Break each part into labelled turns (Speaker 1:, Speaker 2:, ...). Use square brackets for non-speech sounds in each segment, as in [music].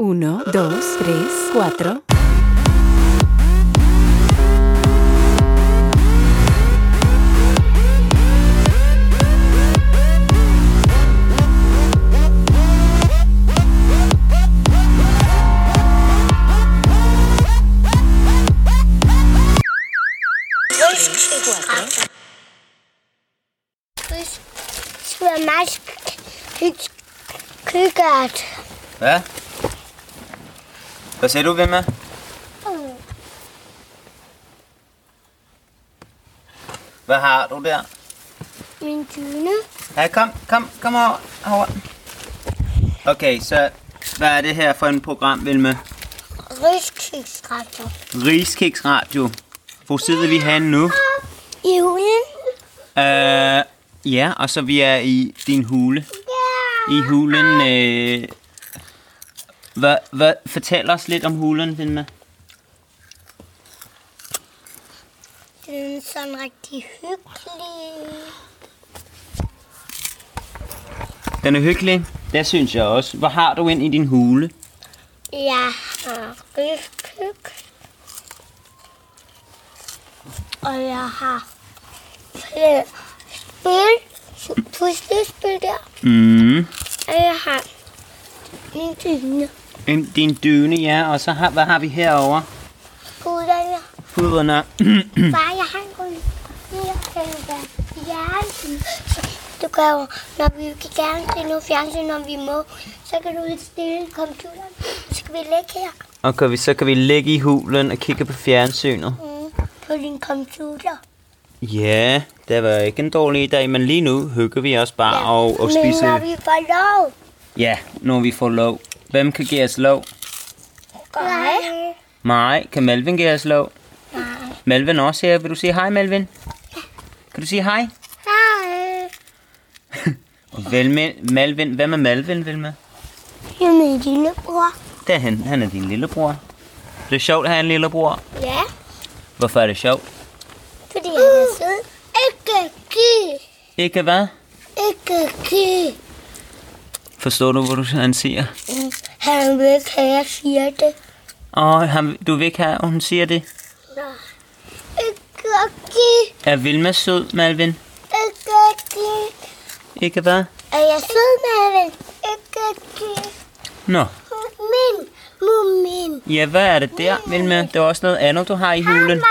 Speaker 1: Uno, dos, tres, cuatro.
Speaker 2: Grüß, ich bin Masch Kügert.
Speaker 3: Hvad? Hvad sagde du, Vimma? Hvad har du der?
Speaker 2: Min Tune.
Speaker 3: Ja, kom, kom, kom over. over. Okay, så hvad er det her for en program, Vilma?
Speaker 2: Rødskiksrater.
Speaker 3: Rigskiks Radio. Hvor sidder vi henne nu?
Speaker 2: I hulen?
Speaker 3: Øh, ja, og så vi er i din hule.
Speaker 2: Ja.
Speaker 3: I hulen, øh... Hvad, hvad, fortæl os lidt om hulen, Vilma.
Speaker 2: Den er sådan rigtig hyggelig.
Speaker 3: Den er hyggelig. Det synes jeg også. Hvad har du ind i din hule?
Speaker 2: Jeg har rødkyk. Og jeg har flere spil. Puslespil der.
Speaker 3: Mm.
Speaker 2: Og jeg har min Tune.
Speaker 3: En, din dyne, ja. Og så har, hvad har vi herovre?
Speaker 2: Puderne.
Speaker 3: Puderne.
Speaker 2: Far, jeg har en grøn. Jeg kan være fjernsyn. Du kan jo, når vi kan gerne se noget fjernsyn, når vi må, så kan du udstille computeren. Så kan vi lægge her
Speaker 3: [clears throat] Okay, vi- så kan vi ligge i hulen og kigge på fjernsynet.
Speaker 2: mm, på din computer.
Speaker 3: Ja, det var ikke en dårlig dag, men lige nu hygger vi os bare ja. og, og
Speaker 2: Men når
Speaker 3: spiser.
Speaker 2: vi får lov.
Speaker 3: Ja, når vi får lov. Hvem kan give os lov?
Speaker 2: Nej.
Speaker 3: Mig. Kan Melvin give os lov? Nej. Melvin også her. Vil du sige hej, Melvin? Kan du sige hej?
Speaker 2: Hej.
Speaker 3: Vel, Melvin. Hvem er Melvin, Vilma?
Speaker 2: Jeg er min lillebror.
Speaker 3: Det er han. Han er din lillebror. Det er sjovt at have en lillebror.
Speaker 2: Ja,
Speaker 3: Hvorfor er det sjovt?
Speaker 2: fordi han er sød. Ikke give.
Speaker 3: Ikke hvad?
Speaker 2: Ikke give.
Speaker 3: Forstår du, hvad du, han siger?
Speaker 2: Mm, Han vil ikke have, at jeg siger det.
Speaker 3: Og han, du vil ikke have, at hun siger det.
Speaker 2: Nej. Ikke give.
Speaker 3: Er Vilma sød, Malvin?
Speaker 2: Ikke give.
Speaker 3: Ikke hvad?
Speaker 2: Er jeg sød, Marvin? Ikke give.
Speaker 3: Nå.
Speaker 2: Min. Mumin.
Speaker 3: Ja, hvad er det der, Vilma? Det er også noget andet, du har i hulen.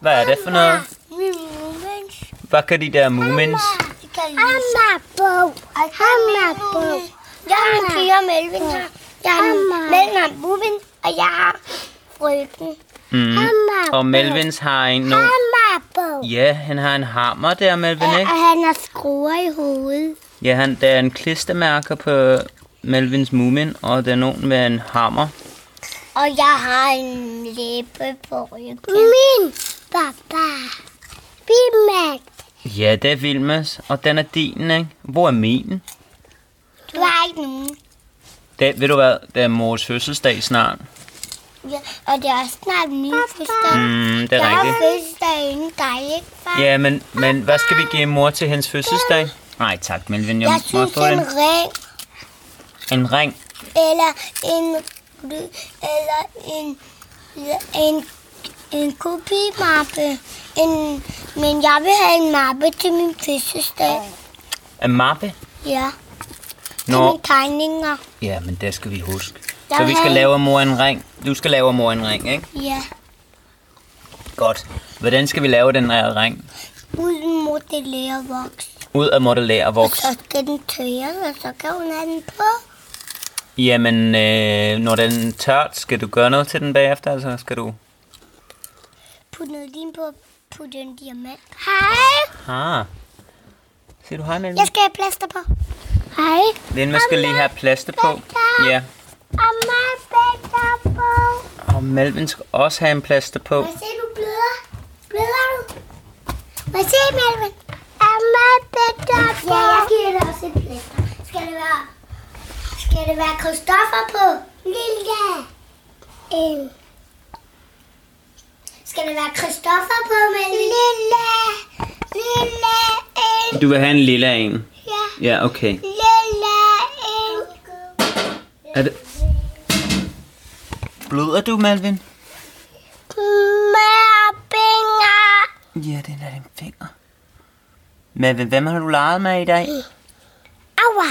Speaker 3: Hvad er det for noget?
Speaker 2: Min mumins.
Speaker 3: Hvad kan de der mumins?
Speaker 2: Hammerbog. Hammerbog. Jeg har en pige og Melvin her. Jeg har Melvin har Mumin, og jeg har frøken.
Speaker 3: Mm. Og Melvins har en... No.
Speaker 2: Hammerbog.
Speaker 3: Ja, han har en hammer der, Melvin, ikke?
Speaker 2: Og han har skruer i hovedet.
Speaker 3: Ja, han, der er en klistermærker på Melvins mumin, og der er nogen med en hammer.
Speaker 2: Og jeg har en læbe på ryggen. Min papa. Bimak.
Speaker 3: Ja, det er Vilmas, og den er din, ikke? Hvor er min?
Speaker 2: Du har ikke nogen.
Speaker 3: Det, ved du hvad, det er mors fødselsdag snart.
Speaker 2: Ja, og det er også snart min fødselsdag.
Speaker 3: Mm, det er
Speaker 2: jeg har
Speaker 3: rigtigt.
Speaker 2: fødselsdag inden dig, ikke far?
Speaker 3: Ja, men, men hvad skal vi give mor til hendes fødselsdag? Nej tak, Melvin. Jeg,
Speaker 2: jeg
Speaker 3: må
Speaker 2: synes
Speaker 3: få
Speaker 2: en
Speaker 3: en,
Speaker 2: ring,
Speaker 3: en ring.
Speaker 2: eller en, ry- eller en, en, en kopimappe. En, men jeg vil have en mappe til min fødselsdag.
Speaker 3: En mappe?
Speaker 2: Ja, til
Speaker 3: Nå,
Speaker 2: mine tegninger.
Speaker 3: ja, men det skal vi huske.
Speaker 2: Jeg
Speaker 3: Så vi skal
Speaker 2: har-
Speaker 3: lave mor en ring. Du skal lave mor en ring, ikke?
Speaker 2: Ja,
Speaker 3: Godt. Hvordan skal vi lave den her ring?
Speaker 2: uden modellere voks.
Speaker 3: Ud af modellere
Speaker 2: Og
Speaker 3: voks.
Speaker 2: så skal den tørres, og så kan hun have den på.
Speaker 3: Jamen, øh, når den er tørt, skal du gøre noget til den bagefter, altså skal du...
Speaker 2: Put noget lim på, put en diamant. Hej!
Speaker 3: Ah. Siger du hej, Melvin?
Speaker 2: Jeg skal have plaster på. Hej.
Speaker 3: Vilma skal lige have plaster på. Ja.
Speaker 2: Amma, plaster på.
Speaker 3: Og Melvin skal også have en plaster på.
Speaker 2: Hvad siger du, bløder? Bløder du? Hvad siger Melvin? Amma, plaster på. Ja, jeg giver dig også et plaster. Skal det være... Skal det være Kristoffer på? Lille. En. Skal det være Kristoffer på, Melvin? Lille. Lille. En.
Speaker 3: Du vil have en lille en.
Speaker 2: Ja.
Speaker 3: Ja, okay.
Speaker 2: Lille. En.
Speaker 3: Er det... Bløder du, Malvin?
Speaker 2: Med fingre.
Speaker 3: Ja, det er din finger. Malvin, hvem har du leget med i dag?
Speaker 2: Aua.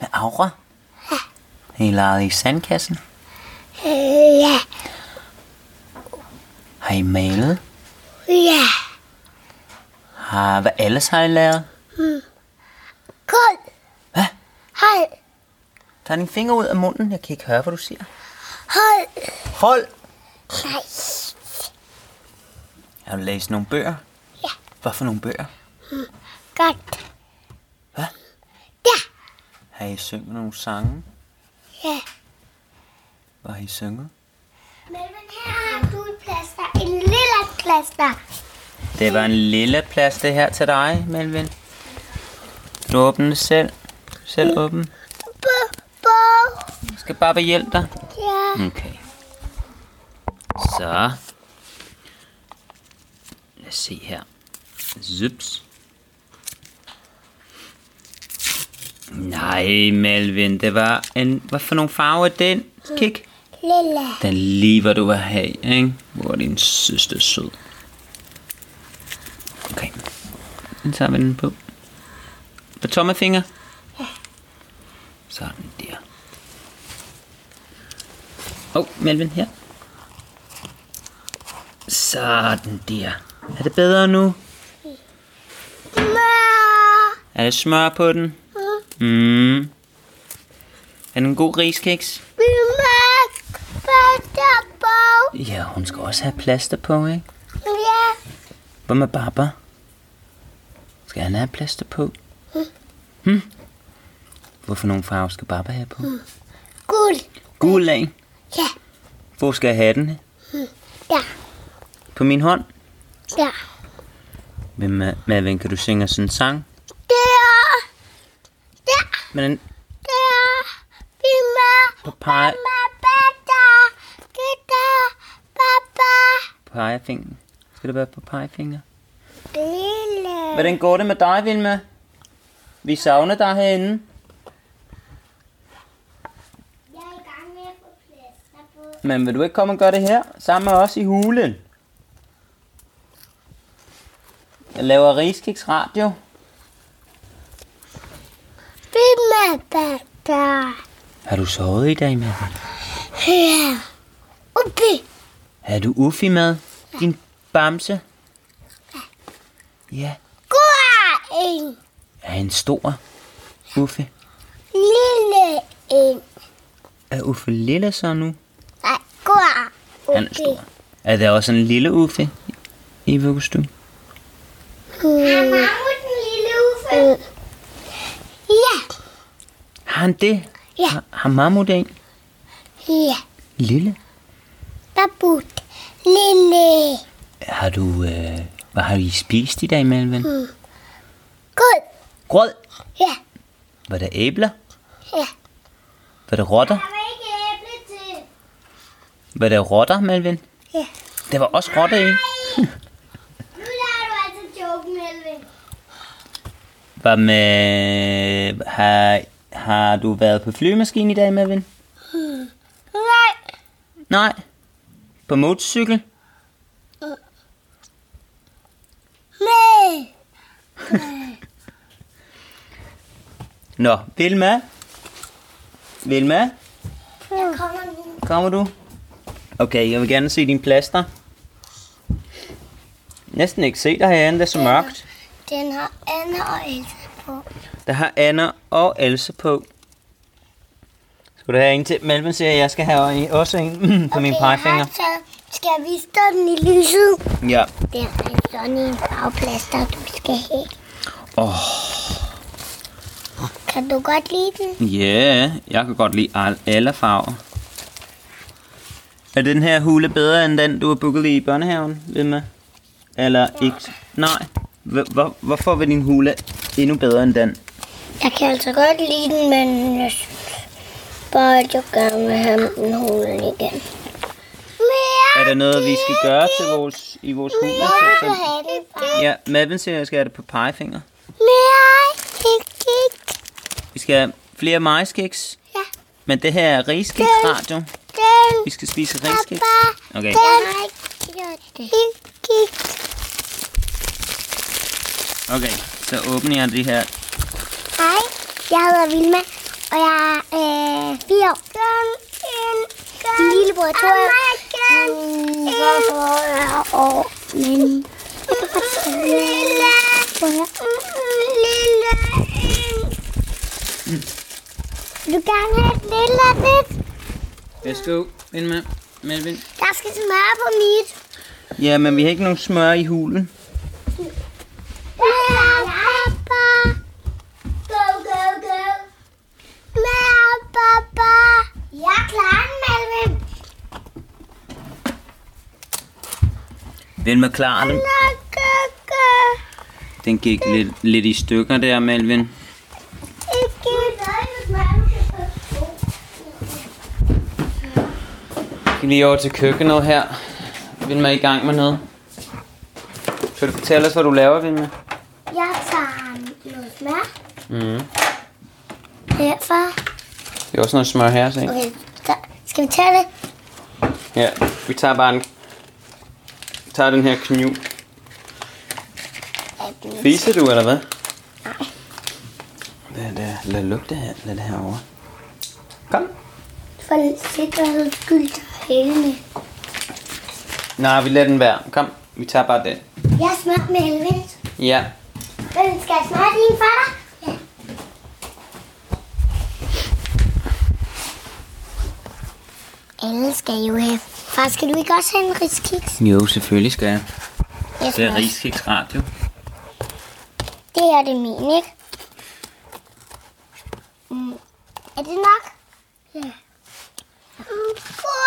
Speaker 3: Med Aura? Har I leget i sandkassen?
Speaker 2: Øh, Ja,
Speaker 3: Har I malet?
Speaker 2: ja.
Speaker 3: Har, hvad ellers har I lavet?
Speaker 2: Kold.
Speaker 3: Hvad?
Speaker 2: Hold.
Speaker 3: Tag din finger ud af munden. Jeg kan ikke høre, hvad du siger.
Speaker 2: Hold.
Speaker 3: Hold!
Speaker 2: Nej.
Speaker 3: Har du læst nogle bøger?
Speaker 2: Ja.
Speaker 3: Hvad for nogle bøger?
Speaker 2: Godt.
Speaker 3: Hvad?
Speaker 2: Ja.
Speaker 3: Har I sunget nogle sange?
Speaker 2: Ja.
Speaker 3: Hvad har I sunget?
Speaker 2: Melvin, her har du en plaster. En lille plaster.
Speaker 3: Det var en lille plads, det her til dig, Melvin. Du åbner det selv. Selv åbne.
Speaker 2: Bo, bo.
Speaker 3: Skal bare hjælpe dig.
Speaker 2: Ja.
Speaker 3: Okay. Så. Lad os se her. Zips. Nej, Melvin, det var en... Hvad for nogle farver er den? Kig.
Speaker 2: Lille.
Speaker 3: Den lige, hvor du vil have, ikke? Hvor er din søster sød. Okay. Den tager vi den på. På tommelfinger? Ja. Sådan der. Åh, oh, Melvin her. Sådan der. Er det bedre nu?
Speaker 2: Mør.
Speaker 3: Er det smør på den? Mm. Er den en god riskiks?
Speaker 2: Vi mørk. Plaster på.
Speaker 3: Ja, hun skal også have plaster på, ikke?
Speaker 2: Ja.
Speaker 3: Hvad med Baba? Skal han have plaster på? Hm? Hvorfor nogle farver skal Baba have på?
Speaker 2: Guld.
Speaker 3: Gul af.
Speaker 2: Ja.
Speaker 3: Hvor skal jeg have den?
Speaker 2: Ja.
Speaker 3: På min hånd.
Speaker 2: Ja.
Speaker 3: Hvem er, Malvin, kan du synge os en sang?
Speaker 2: Der. Der.
Speaker 3: Men den
Speaker 2: Der. Vi mørk.
Speaker 3: pege,
Speaker 2: Mamma, bata, kita, papa.
Speaker 3: pegefingeren. Skal det være på pegefinger?
Speaker 2: Lille.
Speaker 3: Hvordan går det med dig, Vilma? Vi savner dig herinde.
Speaker 2: Jeg er i gang med at få plaster på.
Speaker 3: Men vil du ikke komme og gøre det her? Sammen med os i hulen. Jeg laver Rigskiks Radio.
Speaker 2: Mamma, bata.
Speaker 3: Har du sovet i dag, Malvin?
Speaker 2: Ja. Uppi.
Speaker 3: Er du Uffi med? Din bamse? Ja.
Speaker 2: God en.
Speaker 3: Er han stor? Uffe.
Speaker 2: Lille en.
Speaker 3: Er Uffe lille så nu?
Speaker 2: Nej, god.
Speaker 3: Han er stor. Er der også en lille Uffe i vuggestuen?
Speaker 2: Han har den lille uffe. Ja.
Speaker 3: Har han det?
Speaker 2: Ja.
Speaker 3: Har, har mammut en?
Speaker 2: Ja.
Speaker 3: Lille?
Speaker 2: Babut. Lille.
Speaker 3: Har du... Øh, hvad har I spist i dag, Malvin? Mm.
Speaker 2: God.
Speaker 3: Grød?
Speaker 2: Ja.
Speaker 3: Var der æbler?
Speaker 2: Ja.
Speaker 3: Var der rotter?
Speaker 2: Der var ikke æble til.
Speaker 3: Var der rotter, Malvin?
Speaker 2: Ja.
Speaker 3: Der var også rotter i.
Speaker 2: Nu lærer du altså joken, Elvin.
Speaker 3: Hvad med... Har, har du været på flyvemaskinen i dag, Malvin?
Speaker 2: Nej.
Speaker 3: Nej. På motorcykel?
Speaker 2: Nej.
Speaker 3: Nå, Vilma? Vilma,
Speaker 2: Der kommer nu.
Speaker 3: kommer du? Okay, jeg vil gerne se din plaster. Næsten ikke se dig herinde, det er så mørkt.
Speaker 2: Den har Anna og Elsa på.
Speaker 3: Der har Anna og Else på. Skulle du have en til? Melvin siger, at jeg skal have en- også en [laughs] på min pegefinger.
Speaker 2: Så skal vi stå den i lyset?
Speaker 3: Ja.
Speaker 2: Der er sådan en farveplaster, du skal have.
Speaker 3: Åh,
Speaker 2: Kan du godt lide den?
Speaker 3: oh, yeah. Jeg kan godt lide al- alle farver. Er den her hule bedre end den, du har booket i børnehaven, Vilma? Eller ikke? Nej. Hvor- hvor- Hvorfor var din hule endnu bedre end den?
Speaker 2: Jeg kan altså godt lide den, men jeg synes bare, at jeg gerne vil have den hulen igen. Mere.
Speaker 3: Er der noget, vi skal gøre til vores, i vores hule? Så-
Speaker 2: du
Speaker 3: så-
Speaker 2: have den bare?
Speaker 3: Ja, Madven siger, at jeg skal have det på pegefinger.
Speaker 2: Mere. Ikke.
Speaker 3: Vi skal have flere majskiks.
Speaker 2: Ja.
Speaker 3: Men det her er riskiks radio.
Speaker 2: Den
Speaker 3: Vi skal spise redskab.
Speaker 2: Papa,
Speaker 3: Okay.
Speaker 2: den har ikke kigget.
Speaker 3: Okay, så åbner jeg det her.
Speaker 2: Hej, jeg hedder Vilma, og jeg er øh, fire år. Grøn, en, grøn, Min lillebror er to år. Grøn, mm, hvorfor er år, men... Lille, lille,
Speaker 3: Mm.
Speaker 2: Vil du gerne have et lille lidt?
Speaker 3: Værsgo, Vilma. Melvin.
Speaker 2: Der skal smør på mit.
Speaker 3: Ja, men vi har ikke nogen smør i hulen.
Speaker 2: Papa. Go, go, go. Mær, papa. Jeg klarer den, Malvin.
Speaker 3: Vilma klarer den.
Speaker 2: Go, go, go.
Speaker 3: Den gik lidt, lidt i stykker der, Melvin.
Speaker 2: Ikke.
Speaker 3: Vi er lige over til køkkenet her. Vilma er i gang med noget. Kan du fortælle os, hvad du laver, Vilma?
Speaker 2: Jeg tager noget smør
Speaker 3: Mm.
Speaker 2: herfra.
Speaker 3: Det er også noget smør her, se.
Speaker 2: Okay, så skal vi tage det?
Speaker 3: Ja, vi tager bare en... Vi tager den her kniv. Fiser du, eller hvad?
Speaker 2: Nej.
Speaker 3: Lad, lad, lad lugte her. Lad det her over. Kom.
Speaker 2: For sikkerheds skyld tager hælene.
Speaker 3: Nej, vi lader den være. Kom, vi tager bare den.
Speaker 2: Jeg smør med helvede.
Speaker 3: Ja.
Speaker 2: Hvem skal jeg smøre din far? Ja. Alle skal jo have. Far, skal du ikke også have en riskiks?
Speaker 3: Jo, selvfølgelig skal jeg.
Speaker 2: Jeg
Speaker 3: Det er
Speaker 2: smører.
Speaker 3: Rigskiks Radio.
Speaker 2: Det her det er min, ikke? Mm. Er det nok? Ja. Mm. Gå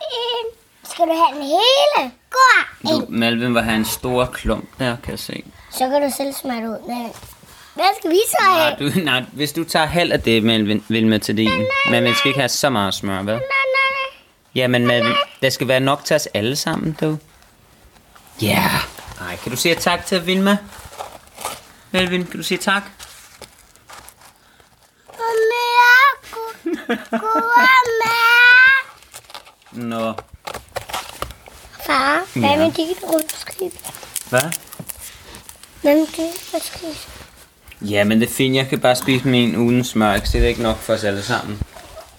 Speaker 2: ind. Skal du have den hele? Gå ind.
Speaker 3: Du, Malvin vil have en stor klump der, kan jeg se.
Speaker 2: Så kan du selv smøre det ud med den. Hvad skal vi så have?
Speaker 3: Nej, du, nej, hvis du tager halv af det, Malvin, Vilma, til din. Men man skal ikke have så meget smør, vel?
Speaker 2: Nej, nej, nej.
Speaker 3: Ja, men Malvin, der skal være nok til os alle sammen, du. Ja. Yeah. Nej, kan du sige tak til Vilma? Malvin, kan du sige tak?
Speaker 2: Og mere. Gå- Gå og mere.
Speaker 3: Nå,
Speaker 2: Far, hvad
Speaker 3: Ja.
Speaker 2: med dit rundskriv?
Speaker 3: hvad?
Speaker 2: Hvad med dit rundskriv?
Speaker 3: Ja, men det er fint. Jeg kan bare spise min uden smør. Ikke? Så det er ikke nok for os alle sammen.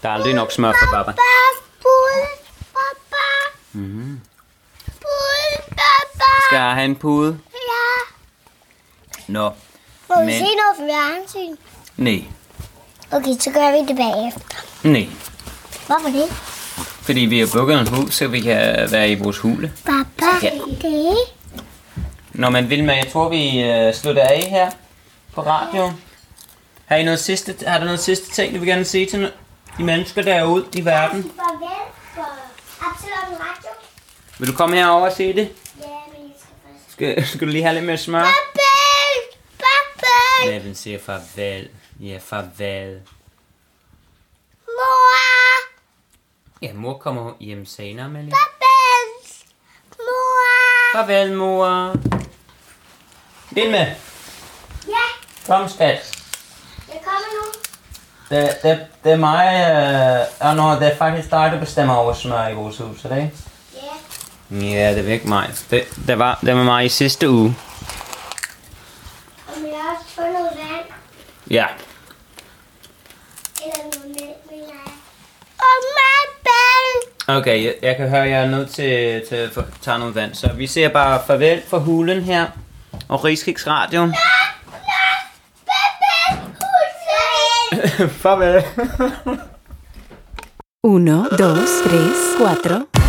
Speaker 3: Der er aldrig nok smør for Baba.
Speaker 2: Papa, pull, papa. Mm. Pull, papa.
Speaker 3: Skal jeg have en pude?
Speaker 2: Ja.
Speaker 3: Nå.
Speaker 2: Må vi
Speaker 3: Men-
Speaker 2: se noget fjernsyn?
Speaker 3: Nej.
Speaker 2: Okay, så gør vi det bagefter.
Speaker 3: Nej.
Speaker 2: Hvorfor det?
Speaker 3: Fordi vi har bukket en hus, så vi kan være i vores hule.
Speaker 2: Papa,
Speaker 3: Ja.
Speaker 2: det.
Speaker 3: Nå, men Vilma, jeg tror, vi øh, slutter af her på radioen. Har, I noget sidste, har der noget sidste ting, du vil gerne sige til no- de mennesker derude i verden?
Speaker 2: Farvel for Absalon Radio.
Speaker 3: Vil du komme herover og se
Speaker 2: Ja,
Speaker 3: det?
Speaker 2: men jeg skal først.
Speaker 3: Skal, [laughs] skal du lige have lidt mere smør?
Speaker 2: Papa! Papa!
Speaker 3: Melvin siger farvel. Ja, farvel.
Speaker 2: Mor!
Speaker 3: Ja, mor kommer hjem senere, Melvin.
Speaker 2: Papa! Mor!
Speaker 3: Farvel, mor. Vilma,
Speaker 2: Ja,
Speaker 3: kom skat.
Speaker 2: jeg kommer nu.
Speaker 3: Det, det, det er mig, øh, og når det er faktisk dig, der bestemmer over smør i vores hus, er det ikke?
Speaker 2: Ja.
Speaker 3: Ja, det er ikke mig. Det, det, var, det var mig i sidste uge.
Speaker 2: Og må jeg også få noget vand?
Speaker 3: Ja.
Speaker 2: Eller noget mælk, mener jeg. Og mig, Bell!
Speaker 3: Okay, jeg, jeg kan høre, at jeg er nødt til, til at få- tage noget vand. Så vi ser bare farvel for hulen her. Og Rigskiks Radio.
Speaker 2: Papa! Hussein!
Speaker 3: [laughs] farvel.
Speaker 1: 1, 2, 3, 4.